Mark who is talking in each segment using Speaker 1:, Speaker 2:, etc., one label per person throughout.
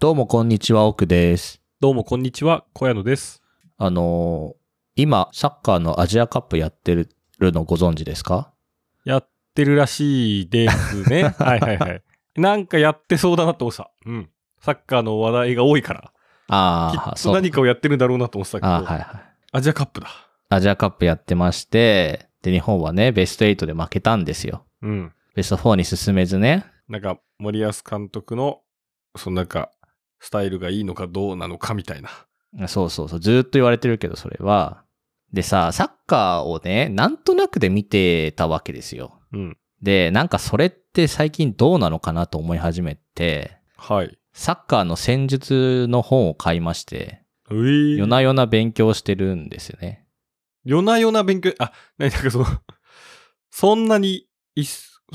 Speaker 1: どうもこんにちは、奥です。
Speaker 2: どうもこんにちは、小屋野です。
Speaker 1: あのー今、サッカーのアジアカップやってるのご存知ですか
Speaker 2: やってるらしいです ね。はいはいはい。なんかやってそうだなと思ってた。うん。サッカーの話題が多いから、
Speaker 1: あ
Speaker 2: き
Speaker 1: あ、
Speaker 2: っと何かをやってるんだろうなと思ってたけど、
Speaker 1: あーはいはい。
Speaker 2: アジアカップだ。
Speaker 1: アジアカップやってまして、で、日本はね、ベスト8で負けたんですよ。
Speaker 2: うん。
Speaker 1: ベスト4に進めずね。
Speaker 2: なんか、森保監督の、そのなんか、スタイルがいいのかどうなのかみたいな。
Speaker 1: そうそうそう、ずーっと言われてるけど、それは。でさ、サッカーをね、なんとなくで見てたわけですよ。
Speaker 2: うん。
Speaker 1: で、なんかそれって最近どうなのかなと思い始めて、
Speaker 2: はい。
Speaker 1: サッカーの戦術の本を買いまして、
Speaker 2: うい
Speaker 1: 夜な夜な勉強してるんですよね。
Speaker 2: 夜な夜な勉強、あ、なになんかその、 そんなにいっ、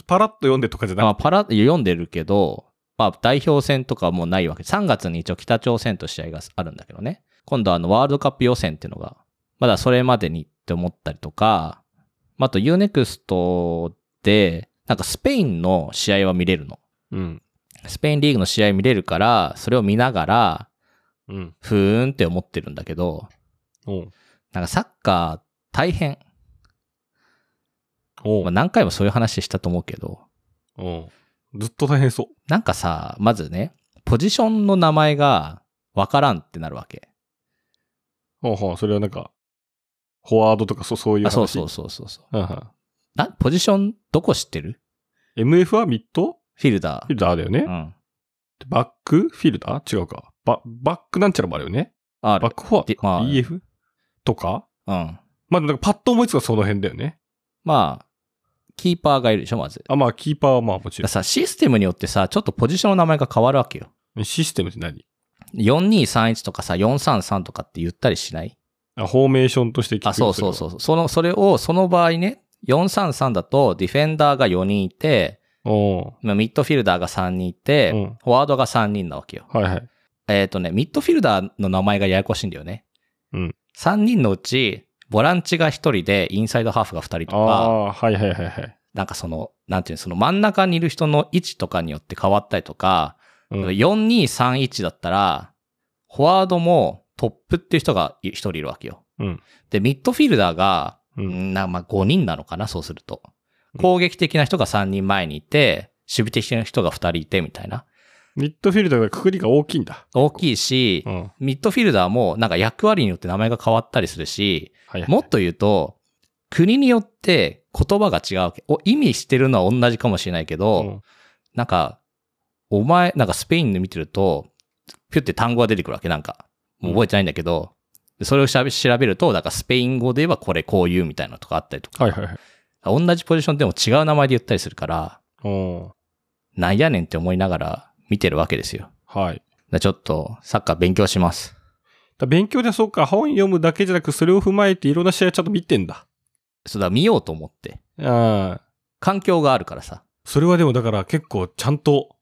Speaker 2: パラッと読んでとかじゃ
Speaker 1: ま
Speaker 2: な
Speaker 1: あ、
Speaker 2: くて、
Speaker 1: パラッと読んでるけど、まあ、代表戦とかもうないわけ。3月に一応北朝鮮と試合があるんだけどね。今度あのワールドカップ予選っていうのが、まだそれまでにって思ったりとか、まああと UNEXT で、なんかスペインの試合は見れるの。
Speaker 2: うん。
Speaker 1: スペインリーグの試合見れるから、それを見ながら、
Speaker 2: うん。
Speaker 1: ふーんって思ってるんだけど、
Speaker 2: おう
Speaker 1: なんかサッカー大変。
Speaker 2: おう
Speaker 1: まあ、何回もそういう話したと思うけど、
Speaker 2: うん。ずっと大変そ
Speaker 1: なんかさ、まずね、ポジションの名前がわからんってなるわけ。
Speaker 2: う。はあはあ、それはなんか、フォワードとかそそういう話。
Speaker 1: あそうそうそうそうそう。
Speaker 2: はんは
Speaker 1: な、ポジションどこ知ってる
Speaker 2: ん MF はミッド
Speaker 1: フィルダ
Speaker 2: フィ
Speaker 1: ー。
Speaker 2: ルダーだよね
Speaker 1: う。ん。
Speaker 2: でバックフィルダー違うか。ババックなんちゃらもあるよね。
Speaker 1: あ
Speaker 2: バ
Speaker 1: る
Speaker 2: ッ。クフォワー
Speaker 1: で
Speaker 2: ド
Speaker 1: ま
Speaker 2: か
Speaker 1: あ
Speaker 2: ?EF? とか
Speaker 1: うん。
Speaker 2: まあ、なんかパッと思いつくのはその辺だよね。
Speaker 1: まあ、キーパーがいるでしょ、まず。だか
Speaker 2: あ、まあ、キーパーはまあもち
Speaker 1: ら
Speaker 2: ろ
Speaker 1: さ、システムによってさ、ちょっとポジションの名前が変わるわけよ。
Speaker 2: ん。システムって何
Speaker 1: 4231とかさ、433とかって言ったりしない
Speaker 2: あ、フォーメーションとして聞く
Speaker 1: あ、そうそう
Speaker 2: う。
Speaker 1: そう。その、それを、その場合ね、433だと、ディフェンダーが4人いて、
Speaker 2: おう
Speaker 1: まあミッドフィルダーが3人いて、
Speaker 2: うん
Speaker 1: フォワードが3人なわけよ。
Speaker 2: はいはい。
Speaker 1: えっ、とね、ミッドフィルダーの名前がややこしいんだよね。
Speaker 2: うん。
Speaker 1: 3人のうち、ボランチが1人で、インサイドハーフが2人と
Speaker 2: あ
Speaker 1: か、
Speaker 2: あー、はいはいはいはい。
Speaker 1: なんかその、なんていうの、その真ん中にいる人の位置とかによって変わったりとか、
Speaker 2: うん
Speaker 1: 4231だったら、フォワードもトップっていう人が1人いるわけよ。
Speaker 2: うん
Speaker 1: で、ミッドフィルダーが、
Speaker 2: う。
Speaker 1: うんん、なまあ5人なのかな、そうすると。
Speaker 2: うん
Speaker 1: 攻撃的な人が3人前にいて、守備的な人が2人いてみたいな。
Speaker 2: ミッドフィルダーがくくりが大きいんだ。
Speaker 1: 大きいし、
Speaker 2: うん。はい
Speaker 1: ミッドフィルダーもなんか役割によって名前が変わったりするし、
Speaker 2: はい。
Speaker 1: もっと言うと、国によって言葉が違うわけ。お意味してるのは同じかもしれないけど、
Speaker 2: うん
Speaker 1: なんか、お前、なんかスペインで見てると、ピュって単語が出てくるわけ、なんか。もう覚えてないんだけど、でそれを調べ調べると、なんかスペイン語で言えばこれこういうみたいなのとかあったりとか、
Speaker 2: はいはいはい。
Speaker 1: 同じポジションでも違う名前で言ったりするから、
Speaker 2: お
Speaker 1: なんやねんって思いながら見てるわけですよ。だか
Speaker 2: ーはい。
Speaker 1: らちょっとサッカー勉強します。
Speaker 2: だ勉強でそうか、本読むだけじゃなく、それを踏まえていろんな試合ちゃんと見てんだ。
Speaker 1: そうだ、見ようと思って。
Speaker 2: ああ。
Speaker 1: 環境があるからさ。
Speaker 2: それはでもだから結構ちゃんと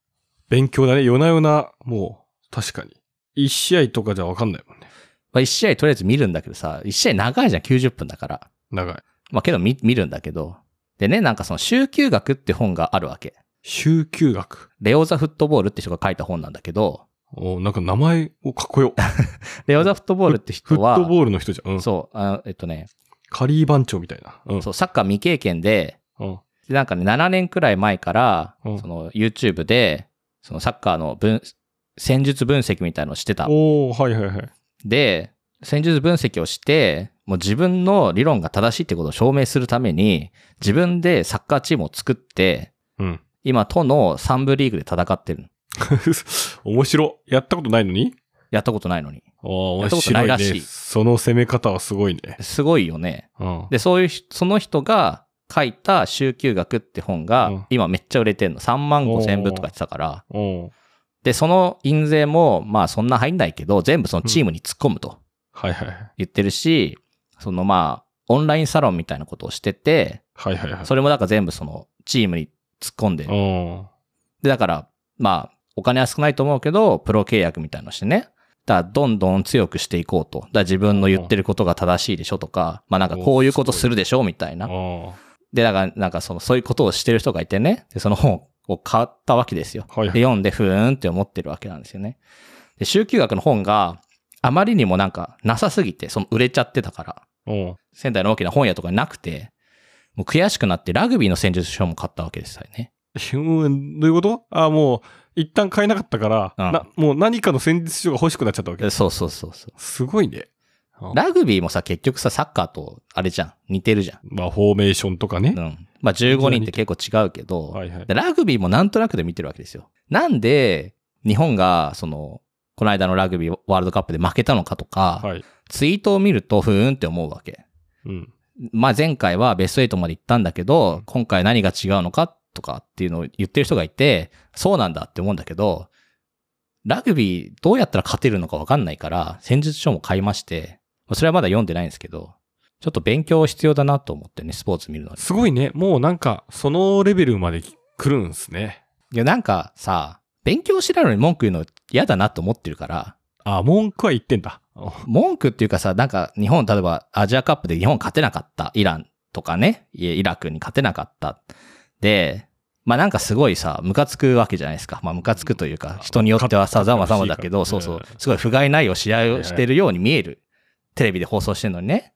Speaker 2: 勉強だね。夜な夜な、もう、確かに。一試合とかじゃわかんないもんね。
Speaker 1: まあ、1試合とりあえず見るんだけどさ、1試合長いじゃん、90分だから。
Speaker 2: 長い。
Speaker 1: まあけど見見るんだけど。でね、なんかその、週休学って本があるわけ。
Speaker 2: 週休学。
Speaker 1: レオザフットボールって人が書いた本なんだけど、
Speaker 2: おーなんか名前をかっこよ。
Speaker 1: レオザフットボールって
Speaker 2: フ
Speaker 1: 人
Speaker 2: ッ
Speaker 1: は、
Speaker 2: トボールの人じゃん。うん。
Speaker 1: そう、あえっとね、
Speaker 2: カリー番長みたいな。うん。
Speaker 1: そう、サッカー未経験で、
Speaker 2: うん。
Speaker 1: でなんかね、7年くらい前から、
Speaker 2: うん
Speaker 1: その YouTube で、そのサッカーの分、戦術分析みたいのをしてた。
Speaker 2: おーはいはいはい。
Speaker 1: で、戦術分析をして、もう自分の理論が正しいってことを証明するために、自分でサッカーチームを作って、
Speaker 2: うん。
Speaker 1: 今、都の3部リーグで戦ってるの。
Speaker 2: 面白。やったことないのに
Speaker 1: やったことないのに。
Speaker 2: おー
Speaker 1: やっ
Speaker 2: 面
Speaker 1: たことな
Speaker 2: 白
Speaker 1: い
Speaker 2: い
Speaker 1: らしい
Speaker 2: ね。その攻め方はすごいね。
Speaker 1: すごいよね。
Speaker 2: うん。
Speaker 1: で、そういうひ、その人が書いた週休学って本が、
Speaker 2: うん
Speaker 1: 今めっちゃ売れてんの。3万5千部とか言ってたから。
Speaker 2: おー
Speaker 1: で、その印税も、まあそんな入んないけど、全部そのチームに突っ込むと
Speaker 2: はいはいはい。
Speaker 1: 言ってるし、そのまあ、オンラインサロンみたいなことをしてて、
Speaker 2: はいはいはい。
Speaker 1: それもなんか全部そのチームに突っ込んで
Speaker 2: う
Speaker 1: る。
Speaker 2: ん。
Speaker 1: で、だから、まあ、お金は少ないと思うけど、プロ契約みたいなのしてね。だから、どんどん強くしていこうと。だから自分の言ってることが正しいでしょとか、まあなんかこういうことするでしょみたいな。
Speaker 2: あ
Speaker 1: で、だから、なんかその、そういうことをしてる人がいてね、で、その本をを買ったわけですよ。
Speaker 2: はいはい
Speaker 1: で、読んで、ふーんって思ってるわけなんですよね。で、集休学の本があまりにもなんかなさすぎて、その売れちゃってたから、
Speaker 2: おう
Speaker 1: 仙台の大きな本屋とかになくて、もう悔しくなってラグビーの戦術書も買ったわけですよね。
Speaker 2: うんどういうことあもう、一旦買えなかったから、
Speaker 1: うん
Speaker 2: なもう何かの戦術書が欲しくなっちゃったわけ
Speaker 1: で。そうそうそうそう。
Speaker 2: すごいね。
Speaker 1: ラグビーもさ、結局さ、サッカーとあれじゃん。似てるじゃん。
Speaker 2: まあ、フォーメーションとかね
Speaker 1: う。ん。まあ15人って結構違うけど、
Speaker 2: はいはい
Speaker 1: で。ラグビーもなんとなくで見てるわけですよ。なんで、日本が、その、この間のラグビーワールドカップで負けたのかとか、
Speaker 2: はい。
Speaker 1: ツイートを見ると、ふーんって思うわけ。
Speaker 2: うん。
Speaker 1: まあ前回はベスト8まで行ったんだけど、今回何が違うのかとかっていうのを言ってる人がいて、そうなんだって思うんだけど、ラグビーどうやったら勝てるのかわかんないから、戦術書も買いまして、まあそれはまだ読んでないんですけど、ちょっと勉強必要だなと思ってね、スポーツ見るのに。
Speaker 2: すごいね。もうなんか、そのレベルまで来るんすね。
Speaker 1: いや、なんかさ、勉強してないのに文句言うの嫌だなと思ってるから、
Speaker 2: あ、文句は言ってんだ。お
Speaker 1: 文句っていうかさ、なんか日本、例えばアジアカップで日本勝てなかった。イランとかね、いイラクに勝てなかった。で、まあなんかすごいさ、ムカつくわけじゃないですか。まあムカつくという
Speaker 2: うん
Speaker 1: か、人によってはさ、
Speaker 2: 勝
Speaker 1: ざ
Speaker 2: っ
Speaker 1: ま
Speaker 2: 勝
Speaker 1: ざ
Speaker 2: っ
Speaker 1: ま
Speaker 2: てほし
Speaker 1: だけ
Speaker 2: いから
Speaker 1: ど、そうそう
Speaker 2: うん、
Speaker 1: すごい不甲斐ないを試合をしてるように見える。テレビで放送してるのにね。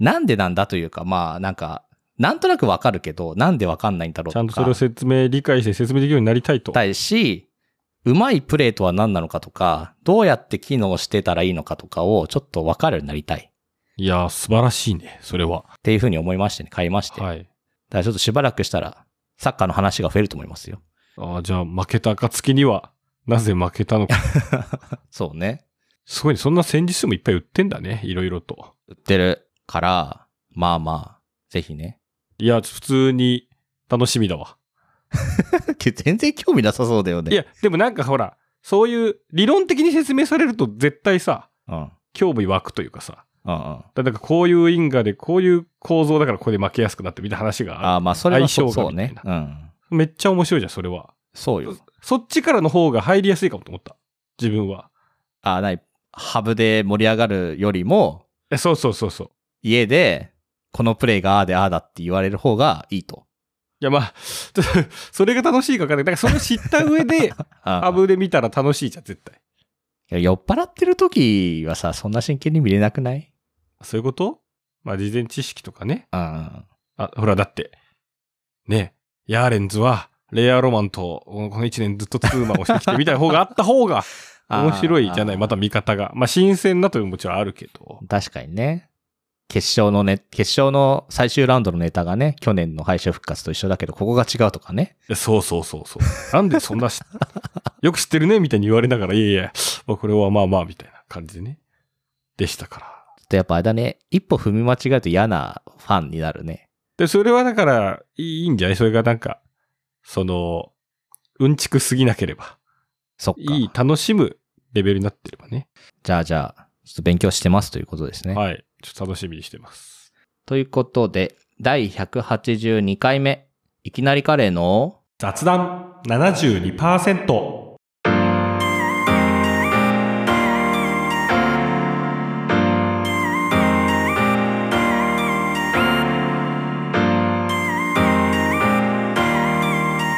Speaker 1: なんでなんだというか、まあなんか、なんとなくわかるけど、なんでわかんないんだろう
Speaker 2: ち
Speaker 1: と
Speaker 2: ゃ
Speaker 1: か。
Speaker 2: んとそれを説明、理解して説明できるようになりたいと。
Speaker 1: たいし、うまいプレーとは何なのかとか、どうやって機能してたらいいのかとかをちょっと分かるようになりたい
Speaker 2: いやー、素晴らしいね。それは。
Speaker 1: っていうふうに思いましてね、買いまして。だか
Speaker 2: はい。
Speaker 1: らちょっとしばらくしたら、サッカーの話が増えると思いますよ。
Speaker 2: あーじゃあ、負けた暁には、なぜ負けたの か。
Speaker 1: そうね。
Speaker 2: すごいね。そんな戦術もいっぱい売ってんだね。いろいろと。
Speaker 1: 売ってるから、まあまあ、ぜひね。
Speaker 2: いや、普通に楽しみだわ。
Speaker 1: 全然興味なさそうだよね。
Speaker 2: いや、でもなんかほら、そういう理論的に説明されると絶対さ、
Speaker 1: うん。うん
Speaker 2: 興味湧くというかさ。
Speaker 1: うん。あ
Speaker 2: だからなんかこういう因果でこういう構造だからここで負けやすくなってみたいな話があ
Speaker 1: あ、まあそれはそう
Speaker 2: 相性
Speaker 1: そ
Speaker 2: が
Speaker 1: う
Speaker 2: み
Speaker 1: ね
Speaker 2: たい。
Speaker 1: うん。
Speaker 2: る。めっちゃ面白いじゃん、それは。
Speaker 1: そうよ。
Speaker 2: そっちからの方が入りやすいかもと思った。自分は。
Speaker 1: あ、ない。ハブで盛り上がるよりも、
Speaker 2: えそうそうそうそう。
Speaker 1: 家で、このプレイがああでああだって言われる方がいいと。
Speaker 2: いやまあ、 ちょっとそれが楽しいか分かんない。だからそれを知った上で、
Speaker 1: うん
Speaker 2: ハブで見たら楽しいじゃん、絶対。
Speaker 1: いや酔っ払ってる時はさ、そんな真剣に見れなくない
Speaker 2: そういうことまあ事前知識とかね。
Speaker 1: うん。
Speaker 2: あ、ほらだって、ねえ、ヤーレンズは、レイヤーロマンと、この一年ずっとツーマンをしてきてみたいな方があった 方が、面白いじゃない、
Speaker 1: あー
Speaker 2: また見方が。まあ新鮮なというのももちろんあるけど。
Speaker 1: 確かにね。決勝のね、決勝の最終ラウンドのネタがね、去年の敗者復活と一緒だけど、ここが違うとかね。
Speaker 2: いやそうそうそうそう。なんでそんなし、よく知ってるねみた いに言われながら、いやいや、まあこれはまあまあみたいな感じでね。でしたから。
Speaker 1: ちょっとやっぱあれだね、一歩踏み間違えると嫌なファンになるね。
Speaker 2: で、それはだから、いいんじゃないそれがなんか、その、うんちくすぎなければ。
Speaker 1: そっか。
Speaker 2: いい、楽しむレベルになってればね。
Speaker 1: じゃあじゃあ、ちょっと勉強してますということですね。
Speaker 2: はい。ちょっと楽しみにしてます。
Speaker 1: ということで、第182回目、いきなりカレーの、
Speaker 2: 雑談72%。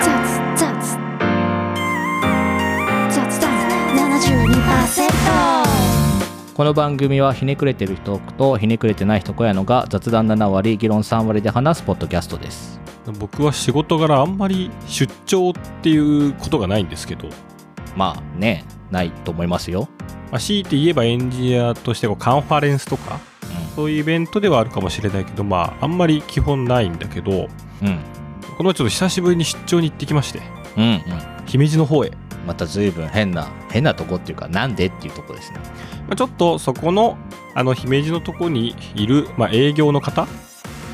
Speaker 3: 雑雑雑談72%
Speaker 1: この番組はひねくれてる人とひねくれてない人小屋のが雑談7割、議論3割で話すポッドキャストです。
Speaker 2: 僕は仕事柄あんまり出張っていうことがないんですけど、
Speaker 1: まあね、ないと思いますよ。
Speaker 2: まあ、強いて言えばエンジニアとしてこうカンファレンスと
Speaker 1: う
Speaker 2: か、そういうイベントではあるかもしれないけど、まあ、あんまり基本ないんだけど、
Speaker 1: ん。うん。
Speaker 2: このちょっと久しぶりに出張に行ってきまして、
Speaker 1: うん、うん。
Speaker 2: 姫路の方へ。
Speaker 1: また随分変な、変なとこっていうか、なんでっていうとこですね。
Speaker 2: まあ、ちょっとそこのあの姫路のとこにいる、まあ、営業の方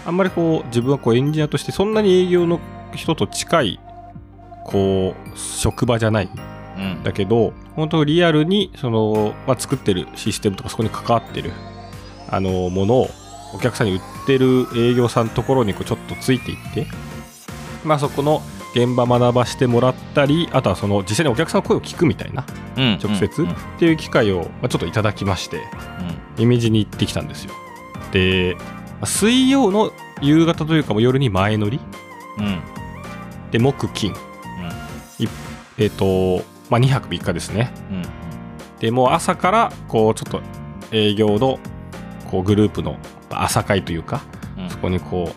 Speaker 2: あんまりこう自分はこうエンジニアとしてそんなに営業の人と近いこう職場じゃないん
Speaker 1: うん
Speaker 2: だけど本当リアルにその、まあ、作ってるシステムとかそこに関わってるあのものをお客さんに売ってる営業さんのところにこうちょっとついていって、まあ、そこの現場学ばしてもらったりあとはその実際にお客さんの声を聞くみたいな
Speaker 1: うん
Speaker 2: 直接
Speaker 1: うんうん
Speaker 2: っていう機会を、まあ、ちょっといただきまして。姫路に行ってきたんですよでまあ水曜の夕方というかもう夜に前乗り
Speaker 1: うん。うん。
Speaker 2: で木金いえっ、と、まあ、2泊3日ですね。
Speaker 1: うん。
Speaker 2: でもう朝からこうちょっと営業のこうグループの朝会というか
Speaker 1: うん
Speaker 2: そこにこう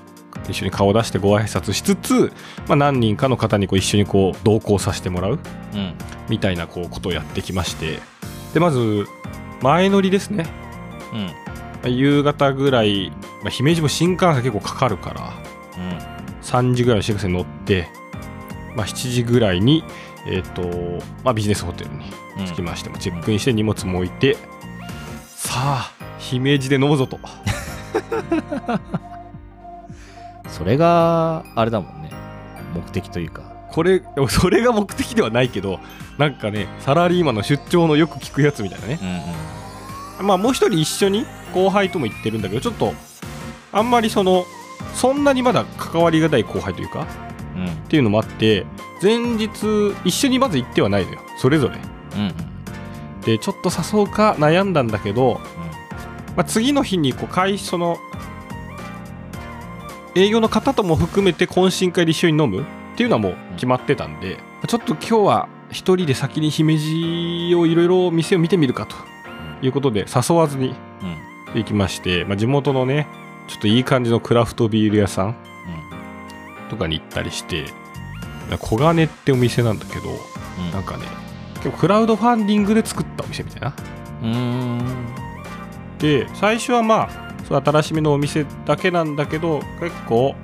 Speaker 2: 一緒に顔を出してご挨拶しつつ、まあ、何人かの方にこう一緒にこう同行させてもらう
Speaker 1: うん。
Speaker 2: みたいなこうことをやってきましてでまず前乗りですね
Speaker 1: うん。うん。
Speaker 2: 夕方ぐらい、まあ、姫路も新幹線結構かかるから3時ぐらいの新幹線に乗って、まあ、7時ぐらいに、えーとまあ、ビジネスホテルに
Speaker 1: うん
Speaker 2: 着きましてもチェックインして荷物も置いて、さあ姫路で飲むぞと
Speaker 1: それが、あれだもんね。目的というか。
Speaker 2: これでもそれが目的ではないけどなんかねサラリーマンの出張のよく聞くやつみたいなね
Speaker 1: う、んうん。
Speaker 2: まあもう一人一緒に後輩とも行ってるんだけどちょっとあんまりそのそんなにまだ関わりがない後輩というか
Speaker 1: うん。
Speaker 2: っていうのもあって前日一緒にまず行ってはないのよそれぞれ
Speaker 1: うんうん。
Speaker 2: でちょっと誘うか悩んだんだけ
Speaker 1: う
Speaker 2: ど、
Speaker 1: ん
Speaker 2: まあ、次の日にこう会その営業の方とも含めて懇親会で一緒に飲むっていうのはもう決まってたんで、ちょっと今日は一人で先に姫路をいろいろ店を見てみるかということで誘わずに
Speaker 1: うん。
Speaker 2: 行きまして、まあ、地元のねちょっといい感じのクラフトビール屋さんとかに行ったりして小金ってお店なんだけど
Speaker 1: うん。
Speaker 2: なんかね結構クラウドファンディングで作ったお店みたいな
Speaker 1: うん。
Speaker 2: で最初はまあそう新しめのお店だけなんだけど結構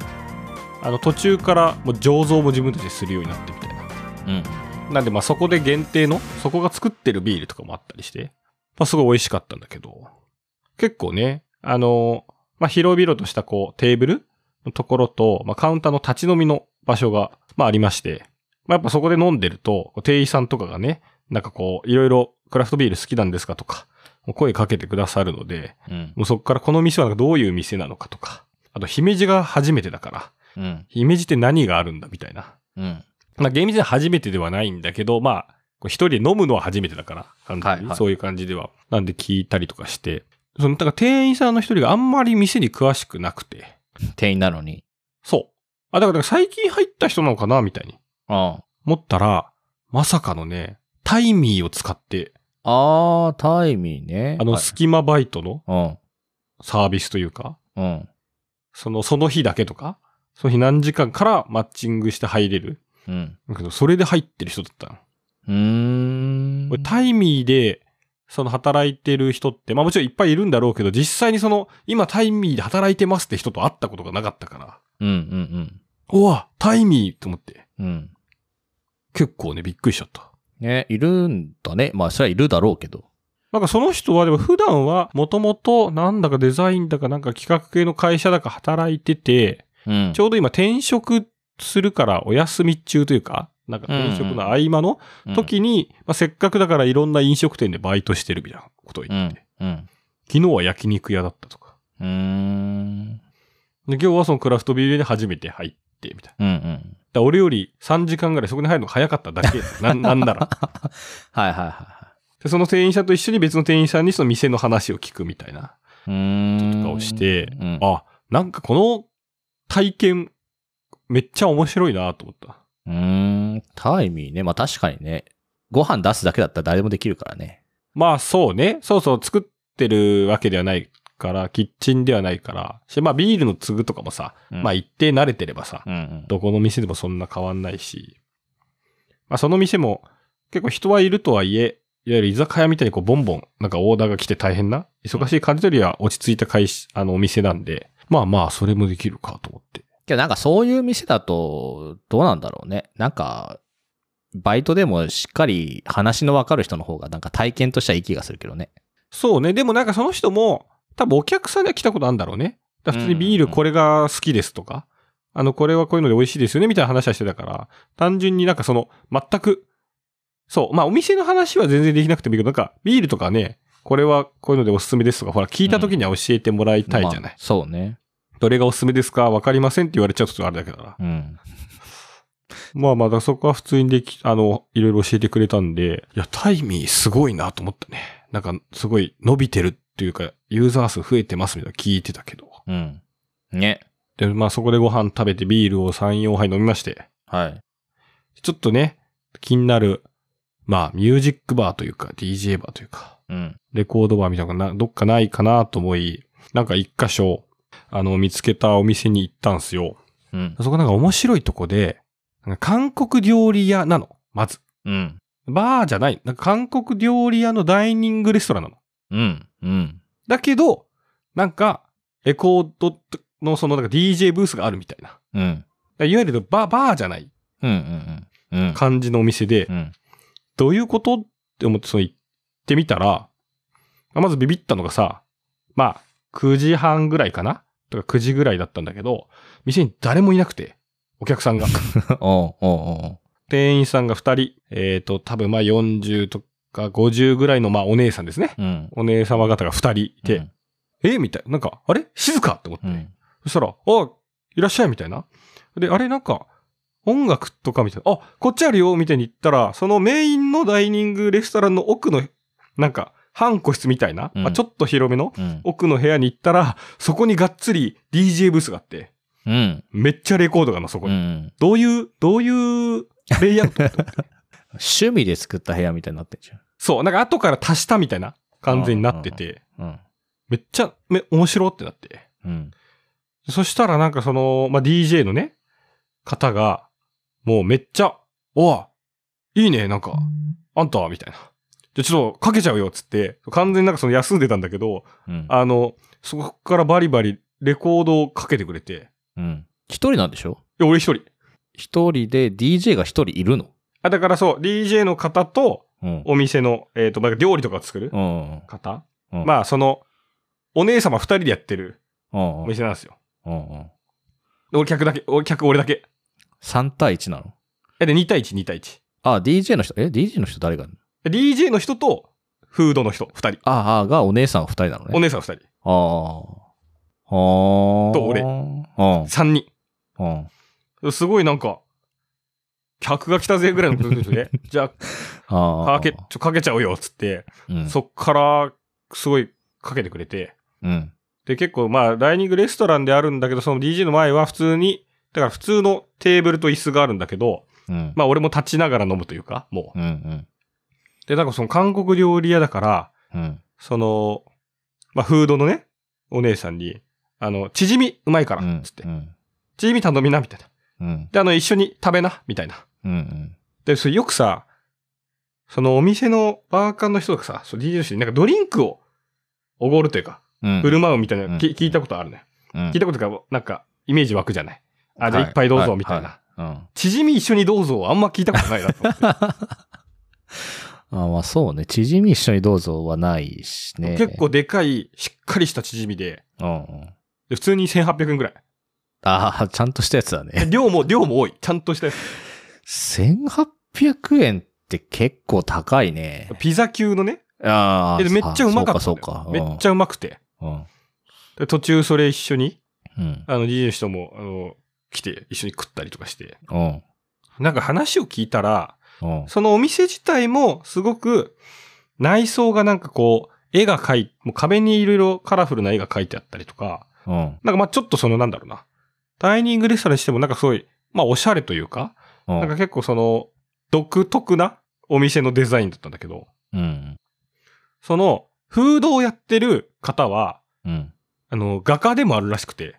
Speaker 2: あの途中からもう醸造も自分たちでするようになってみたいな
Speaker 1: うん。
Speaker 2: なんでまあそこで限定のそこが作ってるビールとかもあったりして、まあ、すごい美味しかったんだけど結構ねあのまあ広々としたこうテーブルのところと、まあ、カウンターの立ち飲みの場所が、まあ、ありまして、まあ、やっぱそこで飲んでると店員さんとかがねなんかこういろいろクラフトビール好きなんですかとか声かけてくださるので、
Speaker 1: うん。
Speaker 2: もうそこからこの店はどういう店なのかとか、あと姫路が初めてだから、
Speaker 1: うん。
Speaker 2: 姫路って何があるんだみたいな。
Speaker 1: うん。
Speaker 2: まあ厳密には初めてではないんだけど、まあ、こう一人で飲むのは初めてだから、完全に
Speaker 1: はいはい
Speaker 2: そういう感じでは。なんで聞いたりとかして、その、だから店員さんの一人があんまり店に詳しくなくて、
Speaker 1: 店員なのに。
Speaker 2: そう。あ、だから最近入った人なのかなみたいに
Speaker 1: あ
Speaker 2: 思ったら、まさかのね、タイミーを使って、
Speaker 1: あ。ああ、タイミーね。
Speaker 2: あの
Speaker 1: はい
Speaker 2: 隙間バイトの
Speaker 1: うん。
Speaker 2: サービスというか、
Speaker 1: うん。
Speaker 2: その、その日だけとか、その日何時間からマッチングして入れる。
Speaker 1: うん。
Speaker 2: だけど、それで入ってる人だったの。
Speaker 1: うーん。
Speaker 2: これタイミーで、その働いてる人って、まあもちろんいっぱいいるんだろうけど、実際にその、今タイミーで働いてますって人と会ったことがなかったから、
Speaker 1: うんうん
Speaker 2: うわ、タイミーと思って、
Speaker 1: うん。うん。
Speaker 2: 結構ね、びっくりしちゃった。
Speaker 1: ね、いるんだね。まあ、それはいるだろうけど。
Speaker 2: なんかその人は、でも普段は、もともと、なんだかデザインだかなんか企画系の会社だか働いてて、
Speaker 1: うん
Speaker 2: ち。ょうど今転職するからお休み中というか、なんか転職の合間の
Speaker 1: うん、
Speaker 2: 時に、まあ、せっかくだからいろんな飲食店でバイトしてるみたいなことを
Speaker 1: う
Speaker 2: 言っ
Speaker 1: ん
Speaker 2: て、。
Speaker 1: うん。
Speaker 2: 昨日は焼肉屋だったとか、
Speaker 1: うーん。
Speaker 2: で今日はそのクラフトビールで初めて入ってみたいな。だか
Speaker 1: うんうん。
Speaker 2: ら俺より3時間ぐらいそこに入るのが早かっただけ、な なんなら。
Speaker 1: はいはいはいは
Speaker 2: でその店員さんと一緒に別の店員さんにその店の話を聞くみたいな、
Speaker 1: い。うーん。
Speaker 2: とかをして
Speaker 1: うん。
Speaker 2: あ、なんかこの体験、めっちゃ面白いなと思った。
Speaker 1: うーん。タイミーね。まあ、確かにね。ご飯出すだけだったら誰でもできるからね。
Speaker 2: まあそうね。そうそう、作ってるわけではないから、キッチンではないから。しまあビールの継ぐとかもさ、
Speaker 1: うん
Speaker 2: まあ一定慣れてればさ、
Speaker 1: うんうん。
Speaker 2: どこの店でもそんな変わんないし。まあその店も結構人はいるとはいえ、いわゆる居酒屋みたいにこうボンボン、なんかオーダーが来て大変な、忙しい感じよりは落ち着いた会社、あのお店なんで、まあまあそれもできるかと思って。
Speaker 1: けどなんかそういう店だと、どうなんだろうね。なんか、バイトでもしっかり話のわかる人の方がなんか体験としてはいい気がするけどね。
Speaker 2: そうね。でもなんかその人も、多分お客さんには来たことあるんだろうね。だから普通にビー
Speaker 1: うんうん
Speaker 2: ル
Speaker 1: うん
Speaker 2: これが好きですとか、あの、これはこういうので美味しいですよねみたいな話はしてたから、単純になんかその、全く、そう、まあお店の話は全然できなくてもいいけど、なんかビールとかね、これはこういうのでおすすめですとか、ほら、聞いた時には教えてもらいたいじゃない。
Speaker 1: まあそうね。
Speaker 2: どれがおすすめですかわかりませんって言われちゃうとちょっとあれだけどな。
Speaker 1: うん。
Speaker 2: まあまあ、だからそこは普通にでき、あの、いろいろ教えてくれたんで、いや、タイミーすごいなと思ったね。なんか、すごい伸びてるっていうか、ユーザー数増えてますみたいな聞いてたけど。
Speaker 1: うん。ね。
Speaker 2: で、まあそこでご飯食べてビールを3、4杯飲みまして、
Speaker 1: はい。
Speaker 2: ちょっとね、気になる、まあ、ミュージックバーというか、DJ バーというか、
Speaker 1: うん。
Speaker 2: レコードバーみたいなのがなどっかないかなと思い、なんか一箇所、あの、見つけたお店に行ったんすよ。
Speaker 1: うん。
Speaker 2: そこなんか面白いとこで、なんか韓国料理屋なの、まず。
Speaker 1: うん。
Speaker 2: バーじゃない。なんか韓国料理屋のダイニングレストランなの。
Speaker 1: うん。うん。
Speaker 2: だけど、なんか、レコードのそのなんか DJ ブースがあるみたいな。だか
Speaker 1: うん。
Speaker 2: らいわゆるバー、バーじゃない
Speaker 1: うん。うん。うん。
Speaker 2: 感じのお店で
Speaker 1: う、ん。
Speaker 2: どういうことって思ってその行ってみたら、まあまずビビったのがさ、まあ、9時半ぐらいかなとか9時ぐらいだったんだけど、店に誰もいなくて、お客さ んが。
Speaker 1: おうおうおう
Speaker 2: 店員さんが2人、えっ、と、多分まあ40とか50ぐらいのまあお姉さんですね。
Speaker 1: うん。
Speaker 2: お姉様方が2人いて、
Speaker 1: うん
Speaker 2: えみたいな。なんか、あれ静かって思って。
Speaker 1: うん。
Speaker 2: そしたら、あ、いらっしゃいみたいな。で、あれなんか、音楽とかみたいな。あ、こっちあるよみたいに言ったら、そのメインのダイニングレストランの奥の、なんか、半個室みたいな、
Speaker 1: うん
Speaker 2: まあちょっと広めの
Speaker 1: うん。
Speaker 2: 奥の部屋に行ったら、そこにがっつり DJ ブースがあって、
Speaker 1: うん。
Speaker 2: めっちゃレコードがあるの、そこ
Speaker 1: う
Speaker 2: に。
Speaker 1: ん。
Speaker 2: どういう、どういうレイアウト
Speaker 1: 趣味で作った部屋みたいになってんじ
Speaker 2: そう、なんか後から足したみたいな完全になってて、
Speaker 1: ゃん。
Speaker 2: めっちゃ、め、面白ってなって。
Speaker 1: うん。うん。
Speaker 2: そしたらなんかその、まあ、DJ のね、方が、もうめっちゃ、おいいいね、なんか、あんた、みたいな。じゃあちょっとかけちゃうよ、つって、完全になんかその休んでたんだけど、
Speaker 1: うん。
Speaker 2: あの、そこからバリバリレコードをかけてくれて、い
Speaker 1: うん。一人なんでしょ
Speaker 2: や俺一人。
Speaker 1: 一人で DJ が一人いるの
Speaker 2: あ、だからそう、DJ の方と、
Speaker 1: うん。
Speaker 2: お店の、えっ、と、なんか料理とかを作る
Speaker 1: うん。
Speaker 2: 方、
Speaker 1: うん
Speaker 2: まあ、その、お姉様二人でやってる
Speaker 1: うん
Speaker 2: お。店なんですよ。
Speaker 1: うん。
Speaker 2: で俺客だけ、俺客俺だけ。
Speaker 1: 3対1なの
Speaker 2: えで、2対1、2対1。
Speaker 1: あ、DJ の人、え、DJ の人誰がいるの
Speaker 2: DJ の人と、フードの人、二人。
Speaker 1: ああ、がお姉さん2人なの
Speaker 2: お
Speaker 1: ね。
Speaker 2: 姉さん二人。
Speaker 1: ああ。ああ。
Speaker 2: と俺
Speaker 1: うん。
Speaker 2: 三人。
Speaker 1: うん。
Speaker 2: すごいなんか、客が来たぜぐらいのことで すね。じゃあ、
Speaker 1: ああ。
Speaker 2: かけ、ちょ、かけちゃうよ、つって。
Speaker 1: うん。
Speaker 2: そっから、すごい、かけてくれて。
Speaker 1: うん。
Speaker 2: で、結構、まあ、ダイニングレストランであるんだけど、その DJ の前は普通に、だから普通のテーブルと椅子があるんだけど、
Speaker 1: うん。
Speaker 2: まあ、俺も立ちながら飲むというか、もう
Speaker 1: う。ん。うん。
Speaker 2: で、なんかその韓国料理屋だから、
Speaker 1: うん。
Speaker 2: その、まあ、フードのね、お姉さんに、あの、チヂミうまいか
Speaker 1: う
Speaker 2: ら、
Speaker 1: ん。
Speaker 2: つって
Speaker 1: う。ん。
Speaker 2: チヂミ頼みな、みたいな。
Speaker 1: うん。
Speaker 2: で、あの、一緒に食べな、みたいな。
Speaker 1: うん。
Speaker 2: で、それよくさ、そのお店のバーカンの人がさ、そう DJ の人になんかドリンクをおごるというか、
Speaker 1: うん。
Speaker 2: 振る舞うみたいなの、
Speaker 1: うん
Speaker 2: き聞いたことあるね。
Speaker 1: うん
Speaker 2: 聞いたことが、なんか、イメージ湧くじゃない。あ、じゃあ一杯どうぞ、みたいな。。
Speaker 1: はいはいはいうん。
Speaker 2: チヂミ一緒にどうぞ、あんま聞いたことないなと思って。
Speaker 1: あまあそうね。縮み一緒にどうぞはないし ね。
Speaker 2: 結構でかい、しっかりしたチヂミで、
Speaker 1: うんうん。
Speaker 2: で普通に1800円ぐらい。
Speaker 1: ああ、ちゃんとしたやつだ
Speaker 2: で
Speaker 1: ね。
Speaker 2: 量も、量も多い。ちゃんとしたやつ。
Speaker 1: 1800円って結構高いね。
Speaker 2: ピザ級のね。
Speaker 1: ああ。
Speaker 2: でめっちゃうまかったんだよ。
Speaker 1: そうか、そうか。
Speaker 2: めっちゃうまくて。
Speaker 1: ゃ。うん。
Speaker 2: で途中それ一緒に、
Speaker 1: うん。
Speaker 2: あの DJ の人も、あの、来て、一緒に食ったりとかして。
Speaker 1: うん。
Speaker 2: なんか話を聞いたら、
Speaker 1: うん。
Speaker 2: そのお店自体もすごく内装がなんかこう、絵が描い、もう壁にいろいろカラフルな絵が描いてあったりとか、
Speaker 1: うん。
Speaker 2: なんかまあちょっとそのなんだろうな。ダイニングレストランにしてもなんかすごい、まあおしゃれというか、
Speaker 1: うん
Speaker 2: なんか結構その独特なお店のデザインだったんだけど、
Speaker 1: うん。
Speaker 2: そのフードをやってる方は、
Speaker 1: うん。
Speaker 2: あの画家でもあるらしくて、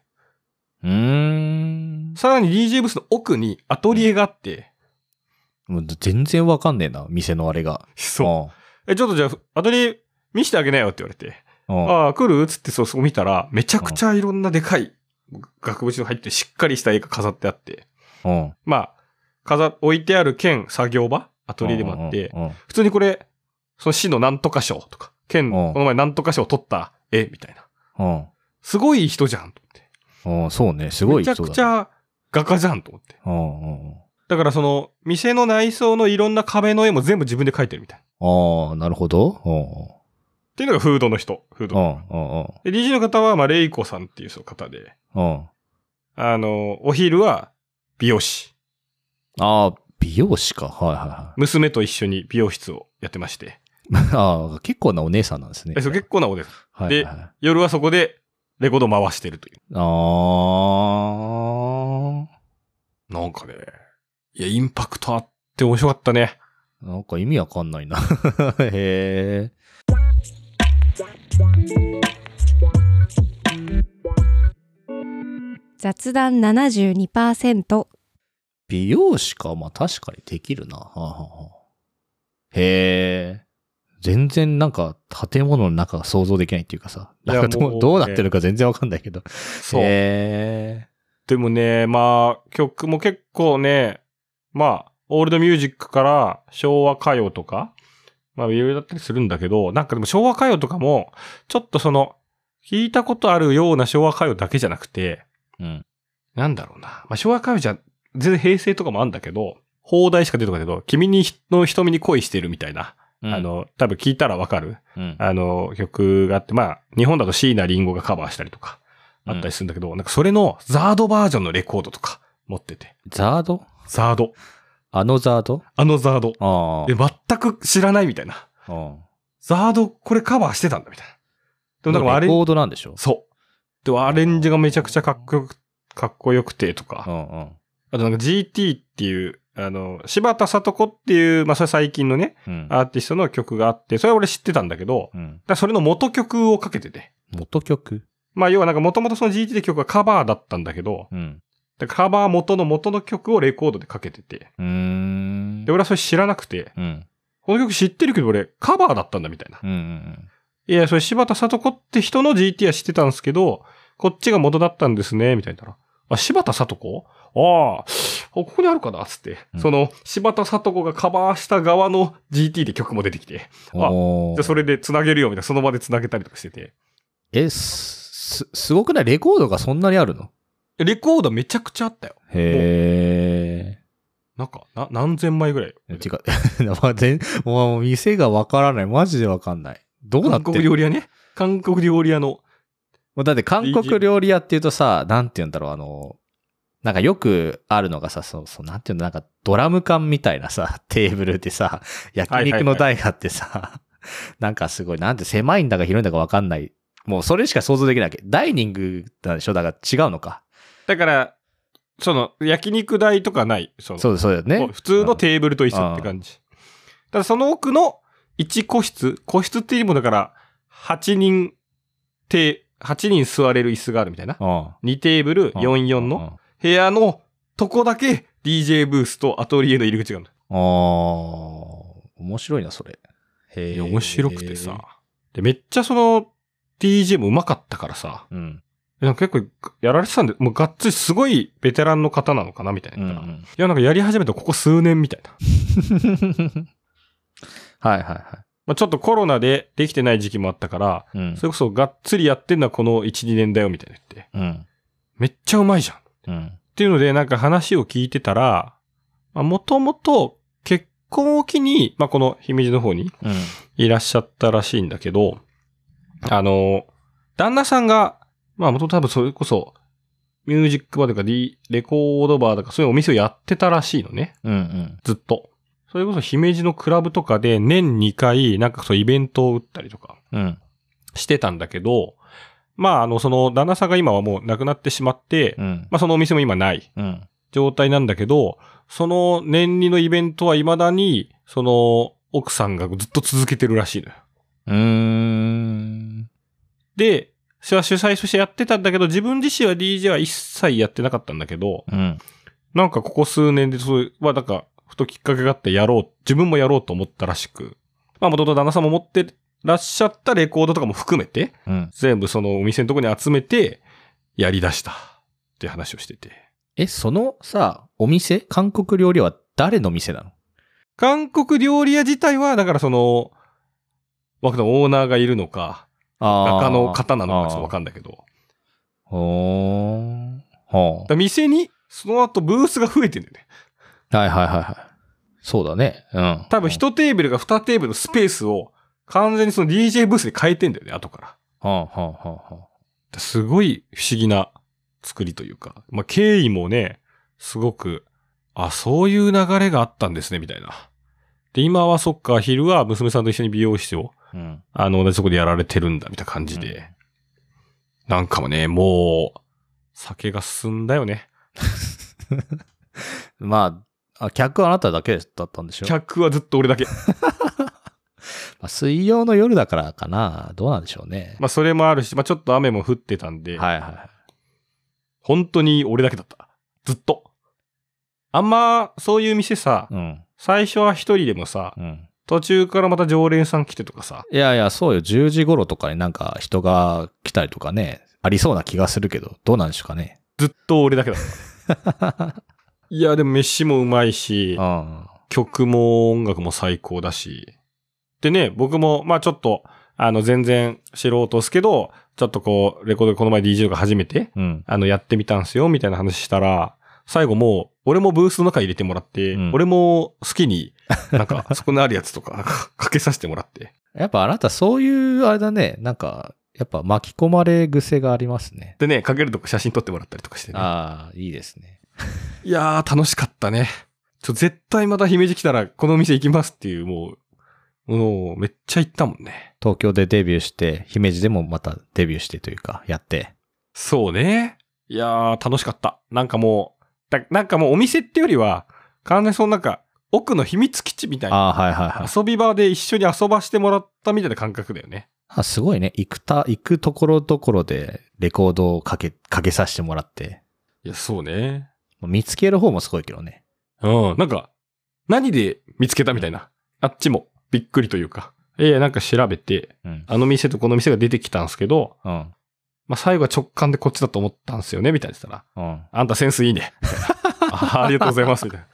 Speaker 1: うーん。
Speaker 2: さらに DJ ブースの奥にアトリエがあって、
Speaker 1: もう全然わかんねえな、店のあれが。
Speaker 2: そう。え、ちょっとじゃあアトリエ見してあげなよって言われて、
Speaker 1: うん。うん。
Speaker 2: ああ、来るっつってそう、そこ見たら、めちゃくちゃいろんなでかい額縁の入ってしっかりした絵が飾ってあって、
Speaker 1: うん。
Speaker 2: まあ、飾、置いてある県作業場アトリエでもあって
Speaker 1: う、ん。うん
Speaker 2: 普通にこれ、その市のなんとか賞とか、
Speaker 1: う
Speaker 2: 県、
Speaker 1: ん
Speaker 2: この前なんとか賞取った絵みたいな。
Speaker 1: うん。
Speaker 2: すごい人じゃんと思って。
Speaker 1: うんうん。そうね、すごい人
Speaker 2: め
Speaker 1: だ
Speaker 2: ちゃ
Speaker 1: ね
Speaker 2: くち。ゃ画家じゃんと思って。
Speaker 1: うんうんうん。
Speaker 2: だからその、店の内装のいろんな壁の絵も全部自分で描いてるみたいな。
Speaker 1: ああ、なるほど。う
Speaker 2: っていうのがフードの人、フー
Speaker 1: ん。う
Speaker 2: ド。
Speaker 1: ん。うん。
Speaker 2: で、DJ の方は、まあ、レイコさんっていうその方で、
Speaker 1: うん。うん
Speaker 2: あの、お昼は美容師。
Speaker 1: ああ、美容師か。はいはいはい。
Speaker 2: 娘と一緒に美容室をやってまして。
Speaker 1: ああ、結構なお姉さんなんですね。
Speaker 2: えそう結構なおです。
Speaker 1: はいはい
Speaker 2: で
Speaker 1: はい、
Speaker 2: 夜はそこでレコード回してるとい
Speaker 1: ああ、
Speaker 2: う。なんかね、いや、インパクトあっって面白かったね。
Speaker 1: なんか意味わかんないな。 へえ。
Speaker 4: 雑談72%
Speaker 1: 美容師か、まあ確かにできるな。はあはあはあへえ。全然なんか建物の中が想像できないっていうかさ、
Speaker 2: い
Speaker 1: な
Speaker 2: や
Speaker 1: んかど
Speaker 2: も
Speaker 1: う
Speaker 2: う
Speaker 1: どうなってるか全然わかんないけど。
Speaker 2: そう。
Speaker 1: へえ。
Speaker 2: でもね、まあ、曲も結構ね、まあ、オールドミュージックから昭和歌謡とか、まあ、いろいろだったりするんだけど、なんかでも昭和歌謡とかも、ちょっとその、聞いたことあるような昭和歌謡だけじゃなくて、
Speaker 1: うん。
Speaker 2: なんだろうな。まあ、昭和歌謡じゃ、全然平成とかもあるんだけど、放題しか出てこないけど、君にひの瞳に恋してるみたいな、
Speaker 1: うん
Speaker 2: あ、の、多分聞いたらわかる、
Speaker 1: うん。
Speaker 2: あの、曲があって、まあ、日本だと椎名林檎がカバーしたりとか、あったりするんだけど、なんかそれのザードバージョンのレコードとか持ってて。
Speaker 1: ザード
Speaker 2: ザード。
Speaker 1: あのザード
Speaker 2: あのザード。
Speaker 1: あ
Speaker 2: で、全く知らないみたいな。
Speaker 1: あ。うん
Speaker 2: ザード、これカバーしてたんだみたいな。でもなんかあ
Speaker 1: レ
Speaker 2: れ、
Speaker 1: コードなんでしょ
Speaker 2: そう。でもアレンジがめちゃくちゃかっこよく、かっこよくてとか。
Speaker 1: んうん。
Speaker 2: あとなんか GT っていう、あの、柴田聡子っていう、まあそれ最近のね、
Speaker 1: うん。
Speaker 2: アーティストの曲があって、それは俺知ってたんだけど、
Speaker 1: うん。
Speaker 2: だからそれの元曲をかけてて。
Speaker 1: 元曲
Speaker 2: まあ要はなんか元々その GT で曲がカバーだったんだけど、
Speaker 1: うん。
Speaker 2: でカバー元の元の曲をレコードでかけてて。
Speaker 1: うーん。
Speaker 2: で、俺はそれ知らなくて、
Speaker 1: うん。
Speaker 2: この曲知ってるけど俺カバーだったんだみたいな。
Speaker 1: うんうん
Speaker 2: いや、それ柴田聡子って人の GT は知ってたんですけど、こっちが元だったんですね、みたいな。あ、柴田聡子ああ、ここにあるかなつって、
Speaker 1: うん
Speaker 2: その、柴田聡子がカバーした側の GT で曲も出てきて、
Speaker 1: うん。
Speaker 2: あ
Speaker 1: おー
Speaker 2: じゃあそれで繋げるよ、みたいな、その場で繋げたりとかしてて。
Speaker 1: え、す、すすごくないレコードがそんなにあるの
Speaker 2: レコードめちゃくちゃあったよ。
Speaker 1: へ
Speaker 2: なんか、な、何千枚ぐらい。
Speaker 1: え。違う。 まあ全もう店がわからない。マジでわかんない。どうなって
Speaker 2: 韓国
Speaker 1: る
Speaker 2: 料理屋ね。韓国料理屋の、
Speaker 1: もうだって韓国料理屋っていうとさ、なんて言うんだろう、あの、なんかよくあるのがさ、そう、そう、なんていうの、なんかドラム缶みたいなさ、 テーブルでさ、焼肉の台があってさ、なんかすごい、なんて狭いんだか広いんだかわかんない。もうそれしか想像できないわけ。ダイニングなんでしょだから違うのか。
Speaker 2: だから、その、焼肉台とかない。その
Speaker 1: そうです、そうだよ
Speaker 2: も
Speaker 1: ね
Speaker 2: う。普通のテーブルと一緒って感じ。ただその奥の1個室、個室っていうよりもだから、8人、て、8人座れる椅子があるみたいな。
Speaker 1: うん。
Speaker 2: 2テーブル、44の部屋のとこだけ DJ ブースとアトリエの入り口がある
Speaker 1: うん。あー、面白いな、それ。へ
Speaker 2: い
Speaker 1: ー
Speaker 2: や。面白くてさ。。で、めっちゃその、DJ もうまかったからさ。
Speaker 1: うん。
Speaker 2: なんか結構やられてたんで、もうがっつりすごいベテランの方なのかなみたい
Speaker 1: うんう
Speaker 2: な。い
Speaker 1: ん、
Speaker 2: や、なんかやり始めたここ数年みたいな。
Speaker 1: はいはいは
Speaker 2: まあ、ちょっとコロナでできてない時期もあったから、
Speaker 1: い。うん
Speaker 2: そ。れこそがっつりやってんのはこの1、2年だよみたいな言って。
Speaker 1: うん。
Speaker 2: めっちゃうまいじゃん。っ
Speaker 1: うん。
Speaker 2: ていうので、なんか話を聞いてたら、もともと結婚を機に、まあ、この姫路の方に
Speaker 1: うん。
Speaker 2: いらっしゃったらしいんだけど、あの、旦那さんが、まあ、もと多分それこそ、ミュージックバーとか、D、レコードバーとか、そういうお店をやってたらしいのね。
Speaker 1: うんうん。
Speaker 2: ずっと。それこそ姫路のクラブとかで年2回、なんかそうイベントを打ったりとか。
Speaker 1: うん。
Speaker 2: してたんだけど、まあ、あの、その、旦那さんが今はもう亡くなってしまって、
Speaker 1: うん。
Speaker 2: まあ、そのお店も今ない
Speaker 1: うん。
Speaker 2: 状態なんだけど、その年にのイベントは未だに、その、奥さんがずっと続けてるらしいのよ。
Speaker 1: うーん。
Speaker 2: で、私は主催としてやってたんだけど、自分自身は DJ は一切やってなかったんだけど、
Speaker 1: うん。
Speaker 2: なんかここ数年で、そういう、はなんか、ふときっかけがあってやろう、自分もやろうと思ったらしく、まあ、元々旦那さんも持ってらっしゃったレコードとかも含めて、
Speaker 1: うん。
Speaker 2: 全部そのお店のとこに集めて、やり出したって話をしてて。
Speaker 1: え、そのさ、お店韓国料理は誰の店なの
Speaker 2: 韓国料理屋自体は、だからその、わかんないオーナーがいるのか、
Speaker 1: あ
Speaker 2: 中の方なのかちょっとわ
Speaker 1: か
Speaker 2: かんないけど。だか
Speaker 1: ほー。ほー。
Speaker 2: ら店に、その後ブースが増えてんだよね。
Speaker 1: はいはいはいはい。そうだね。うん。
Speaker 2: 多分1テーブルが2テーブルのスペースを完全にその DJ ブースに変えてんだよね、後から。だか
Speaker 1: うん。はあはあはあはあ
Speaker 2: らすごい不思議な作りというか、まあ経緯もね、すごく、あ、そういう流れがあったんですね、みたいな。で、今はそっか、昼は娘さんと一緒に美容室を
Speaker 1: うん。
Speaker 2: あの、同じとこでやられてるんだ、みたいな感じで。なんかもね、もう、酒が進んだよね。
Speaker 1: まあ、客はあなただけだったんでしょ、ま
Speaker 2: 客はずっと俺だけ。
Speaker 1: あ水曜の夜だからかな。どうなんでしょうね。
Speaker 2: まあ、それもあるし、まあ、ちょっと雨も降ってたんで、
Speaker 1: はいはい。
Speaker 2: 本当に俺だけだった。ずっと。あんま、そういう店さ、
Speaker 1: うん。
Speaker 2: 最初は一人でもさ、
Speaker 1: うん。
Speaker 2: 途中からまた常連さん来てとかさ、
Speaker 1: いやいや、そうよ。10時頃とかになんか人が来たりとかね、ありそうな気がするけど、どうなんでしょうかね。
Speaker 2: ずっと俺だけだった。 いや、でも飯もうまいし
Speaker 1: う、ん。
Speaker 2: 曲も音楽も最高だし。でね、僕も、まあちょっと、あの、全然素人ですけど、ちょっとこう、レコードでこの前 DJ が初めて、
Speaker 1: うん。
Speaker 2: あの、やってみたんすよ、みたいな話したら、最後もう、俺もブースの中入れてもらって、
Speaker 1: うん
Speaker 2: 俺も好きに、なんか、そこにあるやつとか、なんかかけさせてもらって。
Speaker 1: やっぱあなたそういう、あれだね、なんか、やっぱ巻き込まれ癖がありますね。
Speaker 2: でね、かけるとこ写真撮ってもらったりとかしてね。
Speaker 1: ああ、いいですね。
Speaker 2: いやー、楽しかったね。ちょ、絶対また姫路来たら、このお店行きますっていう、もう、もう、めっちゃ行ったもんね。
Speaker 1: 東京でデビューして、姫路でもまたデビューしてというか、やって。
Speaker 2: そうね。いやー、楽しかった。なんかもう、だなんかもうお店ってよりは、完全にそのなんか、奥の秘密基地みたいな、
Speaker 1: ああ、はいはいはい。
Speaker 2: 遊び場で一緒に遊ばしてもらったみたいな感覚だよね。
Speaker 1: あすごいね。行くた、行くところどころでレコードをかけ、かけさせてもらって。
Speaker 2: いや、そうね。
Speaker 1: もう見つける方もすごいけどね。
Speaker 2: うん、なんか、何で見つけたみたいな。あっちも、びっくりというか。ええなんか調べて、
Speaker 1: うん。
Speaker 2: あの店とこの店が出てきたんですけど、
Speaker 1: うん。
Speaker 2: まあ、最後は直感でこっちだと思ったんですよね、みたいな言ってたら、
Speaker 1: うん。
Speaker 2: あんたセンスい いね。みたいなあありがとうございます、みたいな。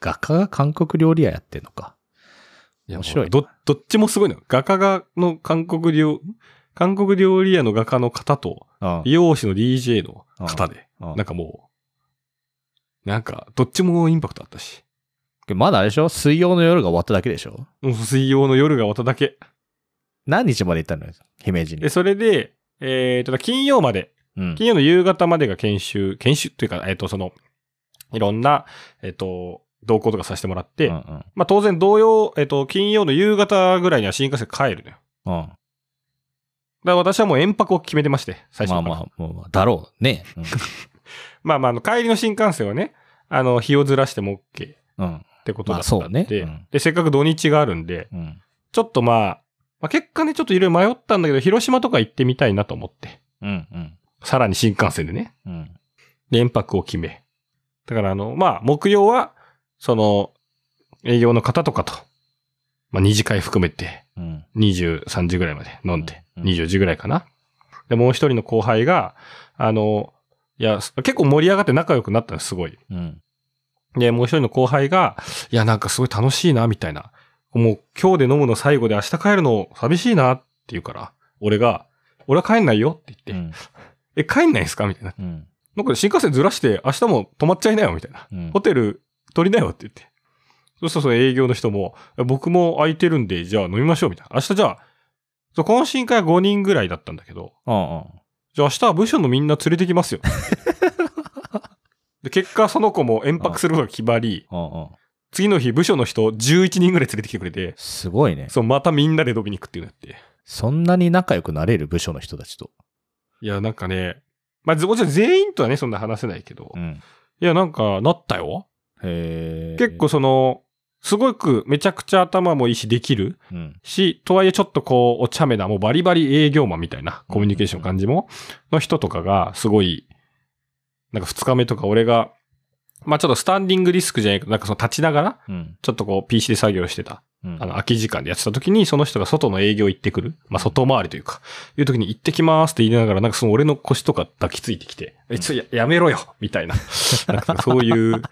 Speaker 1: 画家が韓国料理屋やってんのか。
Speaker 2: いや
Speaker 1: 面白い
Speaker 2: もうど、どっちもすごいのよ。画家が、の韓国料、韓国料理屋の画家の方と、
Speaker 1: うん
Speaker 2: 美容師の DJ の方で、
Speaker 1: うん
Speaker 2: なんかもう、なんか、どっちもインパクトあったし。
Speaker 1: まだあれでしょ水曜の夜が終わっただけでしょ
Speaker 2: もう水曜の夜が終わっただけ。
Speaker 1: 何日まで行ったのよ姫路に
Speaker 2: で、。それで、えー、と、金曜まで、
Speaker 1: うん。
Speaker 2: 金曜の夕方までが研修、研修というか、えっ、と、その、いろんな、えっ、と、同行とかさせてもらって、
Speaker 1: うんうん
Speaker 2: まあ当然同様、えっ、と、金曜の夕方ぐらいには新幹線帰るのよ。
Speaker 1: うん。
Speaker 2: だから私はもう遠泊を決めてまして、最初
Speaker 1: ま
Speaker 2: か
Speaker 1: あま
Speaker 2: ら。
Speaker 1: あ、もうまあだろうね。
Speaker 2: まあまあ、あの、帰りの新幹線はね、あの、日をずらしても OK っ
Speaker 1: うん。うん。
Speaker 2: てことだったん
Speaker 1: ま
Speaker 2: で、
Speaker 1: あそうねうん
Speaker 2: で、せっかく土日があるんで、
Speaker 1: うん。
Speaker 2: ちょっとまあ、まあ、結果ね、ちょっといろいろ迷ったんだけど、広島とか行ってみたいなと思って、
Speaker 1: うん。うん。
Speaker 2: さらに新幹線でね。
Speaker 1: うん。
Speaker 2: で、延泊を決め。だからあの、まあ、木曜は、その、営業の方とかと、まあ、二次会含めて、
Speaker 1: うん。
Speaker 2: 23時ぐらいまで飲んで、
Speaker 1: うん
Speaker 2: 24時ぐらいかな。で、もう一人の後輩が、あの、いや、す結構盛り上がって仲良くなったの、すごい。
Speaker 1: うん。
Speaker 2: で、もう一人の後輩が、いや、なんかすごい楽しいな、みたいな。もう今日で飲むの最後で明日帰るの寂しいなって言うから、俺が、俺は帰んないよって
Speaker 1: う
Speaker 2: 言って、
Speaker 1: ん。
Speaker 2: え、帰んないんすかみたいな。
Speaker 1: うん。
Speaker 2: なんか新幹線ずらして明日も泊まっちゃいなよ、みたいな。
Speaker 1: うん
Speaker 2: ホテル取りなよって言って。そうするとその営業の人も、え僕も空いてるんで、じゃあ飲みましょうみたいな。明日じゃあ、そう懇親会は5人ぐらいだったんだけど、
Speaker 1: うんうん。
Speaker 2: じゃあ明日は部署のみんな連れてきますよ。で結果その子も延泊することが決まり、
Speaker 1: うんうん。
Speaker 2: 次の日部署の人11人ぐらい連れてきてくれて、
Speaker 1: すごいね。
Speaker 2: そう、またみんなで飲みに行くっていうのやって。
Speaker 1: そんなに仲良くなれる部署の人たちと。
Speaker 2: いや、なんかね、まあ、ずもちろん全員とはね、そんな話せないけど、
Speaker 1: うん。
Speaker 2: いや、なんか、なったよ。
Speaker 1: へえ。
Speaker 2: 結構、その、すごくめちゃくちゃ頭もいいしできる
Speaker 1: うん。
Speaker 2: し、とはいえちょっとこう、お茶目な、もうバリバリ営業マンみたいなコミュニケーションの感じも、の人とかが、すごい、なんか二日目とか俺が、まあちょっとスタンディングリスクじゃないけど、なんかその立ちながら、
Speaker 1: うん。
Speaker 2: ちょっとこう PC で作業してた、
Speaker 1: うん
Speaker 2: あの空き時間でやってた時に、その人が外の営業行ってくる、まあ外回りというか、いう時に行ってきますって言いながら、なんかその俺の腰とか抱きついてきて、え、ちょ、ややめろよみたいな、なんかそういう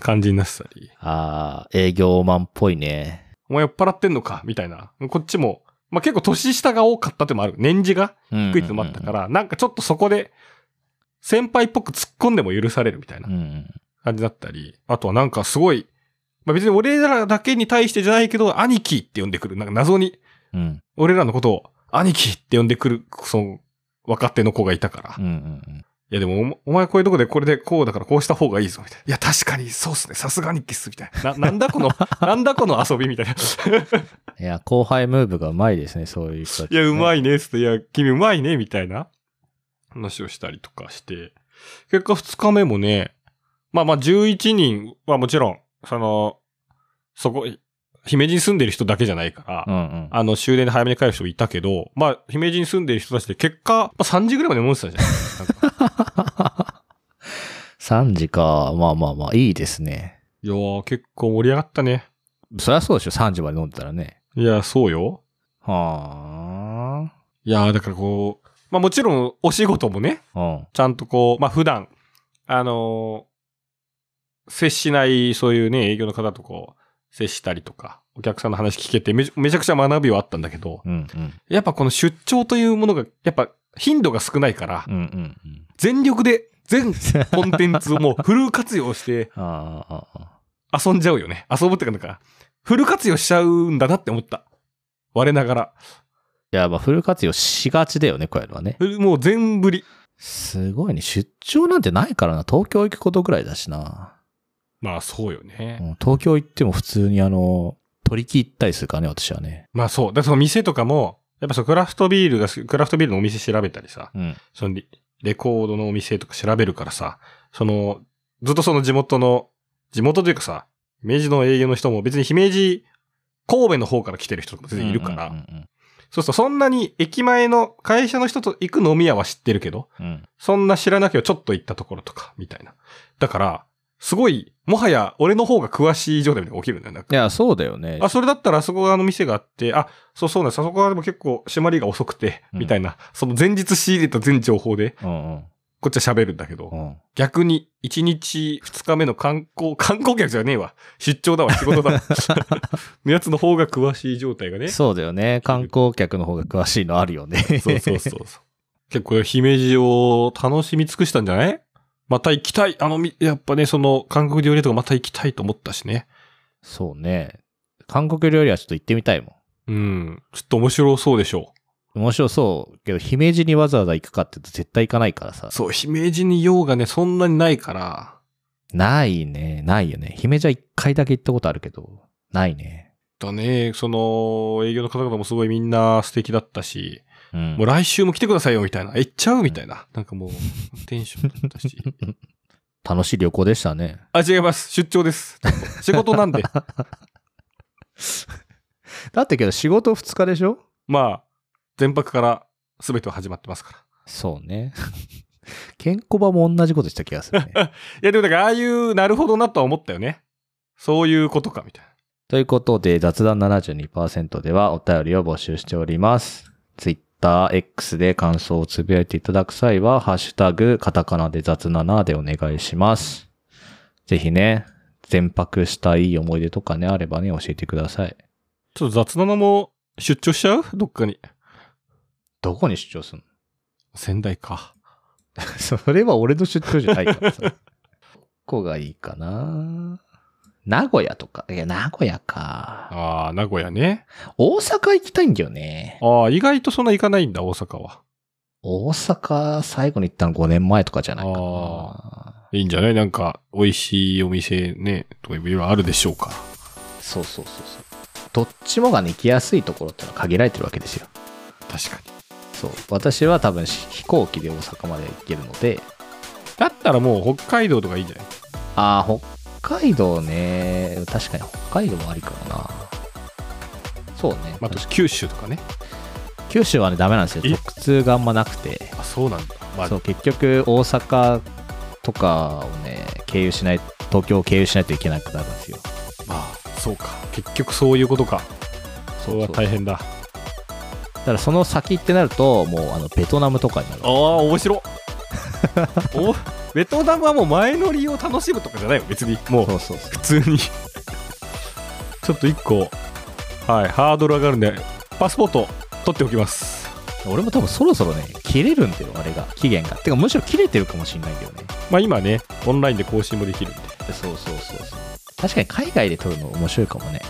Speaker 2: 感じになってたり。
Speaker 1: ああ、営業マンっぽいね。
Speaker 2: お前酔っ払ってんのかみたいな。こっちも、まあ、結構年下が多かったってもある。年次が低
Speaker 1: 低
Speaker 2: いってのもあったから、なんかちょっとそこで、先輩っぽく突っ込んでも許されるみたいな
Speaker 1: うんうん。
Speaker 2: 感じだったり、あとはなんかすごい、まあ、別に俺らだけに対してじゃないけど、兄貴って呼んでくる。なんか謎に、
Speaker 1: うん。
Speaker 2: 俺らのことを兄貴って呼んでくる、その、若手の子がいたから。
Speaker 1: うん。うんうん。
Speaker 2: いやでもお、お前こういうとこでこれでこうだからこうした方がいいぞ、みたいな。いや、確かにそうっすね。さすがにキスみたいな。な、なんだこの、 なんだこの遊びみたいな。
Speaker 1: いや、後輩ムーブがうまいですね、そういう人たち
Speaker 2: い
Speaker 1: ね、
Speaker 2: や、うま
Speaker 1: い。
Speaker 2: いね、つって、いや、君うまいね、みたいな話をしたりとかして、結果2日目もね、まあまあ11人はもちろん、その、そこ、姫路に住んでる人だけじゃないから、
Speaker 1: うんうん。
Speaker 2: あの、終電で早めに帰る人いたけど、まあ、姫路に住んでる人たちで結果、まあ、3時ぐらいまで飲んでたじゃん。なんか
Speaker 1: 3時か。まあまあまあ、いいですね。
Speaker 2: いやー、結構盛り上がったね。
Speaker 1: そりゃそうでしょ、3時まで飲んでたらね。
Speaker 2: いや、そうよ。
Speaker 1: はい
Speaker 2: やー、だからこう、まあもちろん、お仕事もね、
Speaker 1: あ。うん。
Speaker 2: ちゃんとこう、まあ普段、あのー接しない、そういうね、営業の方とこう、接したりとか、お客さんの話聞けてめち、めちゃくちゃ学びはあったんだけど、
Speaker 1: うんうん。
Speaker 2: やっぱこの出張というものが、やっぱ頻度が少ないから、
Speaker 1: うんうんうん。
Speaker 2: 全力で、全コンテンツをもうフル活用して
Speaker 1: ああああ、ああ
Speaker 2: 遊んじゃうよね。遊ぶってかなんか、フル活用しちゃうんだなって思った。我ながら。
Speaker 1: いや、まあ、フル活用しがちだよね、こういうのはね。
Speaker 2: もう全振り。
Speaker 1: すごいね。出張なんてないからな。東京行くことぐらいだしな。
Speaker 2: まあそうよ
Speaker 1: う
Speaker 2: ね。
Speaker 1: ん東京行っても普通にあの、取り切ったりするからね、私はね。
Speaker 2: まあそう。だからその店とかも、やっぱそのクラフトビールがす、クラフトビールのお店調べたりさ、
Speaker 1: うん。
Speaker 2: そのリレコードのお店とか調べるからさ、その、ずっとその地元の、地元というかさ、明治の営業の人も別に姫路、神戸の方から来てる人とか全然いるから、
Speaker 1: うんうん
Speaker 2: そうするとそんなに駅前の会社の人と行く飲み屋は知ってるけど、
Speaker 1: うんうん。
Speaker 2: そんな知らなきゃちょっと行ったところとか、みたいな。だから、すごい、もはや俺の方が詳しい状態みたいなのが起きるんだよ。なん
Speaker 1: い
Speaker 2: か
Speaker 1: や、そうだよね。
Speaker 2: あ、それだったらあそこがあの店があって、あ、そうそうなんです。あそこはでも結構締まりが遅くて、
Speaker 1: うん
Speaker 2: みたいな。その前日仕入れた全情報で、
Speaker 1: うんうん。
Speaker 2: こっちは喋るんだけど、
Speaker 1: うん。
Speaker 2: 逆に1日2日目の観光、観光客じゃねえわ。出張だわ、仕事だわ。のやつの方が詳しい状態がね。
Speaker 1: そうだよね。観光客の方が詳しいのあるよね。
Speaker 2: そうそうそうそう。結構、姫路を楽しみ尽くしたんじゃないまた行きたい。あのみ、やっぱね、その、韓国料理とかまた行きたいと思ったしね。
Speaker 1: そうね。韓国料理はちょっと行ってみたいも
Speaker 2: うん。ちょっと面白そうでしょ
Speaker 1: ん。面白そう。けど、姫路にわざわざ行くかって言うと絶対行かないからさ
Speaker 2: う。。そう、姫路に用がね、そんなにないから、
Speaker 1: ないね。ないよね。姫路は一回だけ行ったことあるけど、ないね。
Speaker 2: だね、その、営業の方々もすごいみんな素敵だったし、
Speaker 1: うん
Speaker 2: もう。来週も来てくださいよ、みたいな。え行っちゃうみたいな。なんかもう、テンションだったし。
Speaker 1: 楽しい旅行でしたね。
Speaker 2: あ、違います。出張 です。仕事なんで。
Speaker 1: だってけど仕事2日でしょ
Speaker 2: まあ、全泊から全ては始まってますから。
Speaker 1: そうね。 ケンコバも同じことした気がするね。
Speaker 2: いや、でもだから、ああいう、なるほどなとは思ったよね。そういうことか、みたいな。
Speaker 1: ということで、雑談72%ではお便りを募集しております。Twitter、X で感想をつぶやいていただく際は、ハッシュタグ、カタカナで雑7でお願いします。ぜひね、全泊したいい思い出とかね、あればね、教えてください。
Speaker 2: ちょっと雑なのも出張しちゃうどっかに。
Speaker 1: どこに出張する
Speaker 2: 仙台か。
Speaker 1: の それは俺の出張じゃないからさ。どこがいいかな名古屋とか。いや、名古屋か。
Speaker 2: ああ、名古屋ね。
Speaker 1: 大阪行きたいんだよね。
Speaker 2: ああ、意外とそんな行かないんだ、大阪は。
Speaker 1: 大阪最後に行ったの5年前とかじゃないか
Speaker 2: あ
Speaker 1: ない
Speaker 2: いんじゃないなんか、美味しいお店ね、とかいろいろあるでしょうか。
Speaker 1: そうそうそうそうどっちもがね行きやすいところってのは限られてるわけですよ
Speaker 2: 確かに。
Speaker 1: そう私は多分飛行機で大阪まで行けるので
Speaker 2: だったらもう北海道とかいいんじゃない
Speaker 1: ああ北海道ね確かに北海道もありかもなそうね、
Speaker 2: まあ、あ
Speaker 1: 確
Speaker 2: と
Speaker 1: か
Speaker 2: 九州とかね。
Speaker 1: 九州はねダメなんですよ
Speaker 2: え
Speaker 1: 直通があんまなくて
Speaker 2: あ、そうなんだ。まあ
Speaker 1: そう結局大阪とかをね経由しない東京を経由しないといけなくなるんですよ
Speaker 2: まあ、そうか。結局そういうことか。それは大変だ。
Speaker 1: だからその先ってなるともうあのベトナムとかになる
Speaker 2: ああ面 白おベトナムはもう前乗りを楽しむとかじゃないよ別にもう
Speaker 1: そうそうそう
Speaker 2: 普通に ちょっと一個はいハードル上がるんでパスポート取っておきます
Speaker 1: 俺も多分そろそろね切れるんだよあれが期限がてかむしろ切れてるかもしんないんだよね
Speaker 2: まあ今ねオンラインで更新もできるんで
Speaker 1: そうそうそうそう確かに海外で撮るの面白いかもね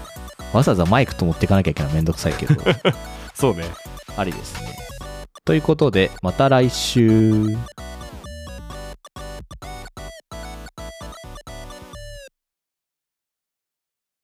Speaker 1: わざわざマイクと持っていかなきゃいけないめんどくさいけ ど
Speaker 2: そうね
Speaker 1: ありですねということでまた来週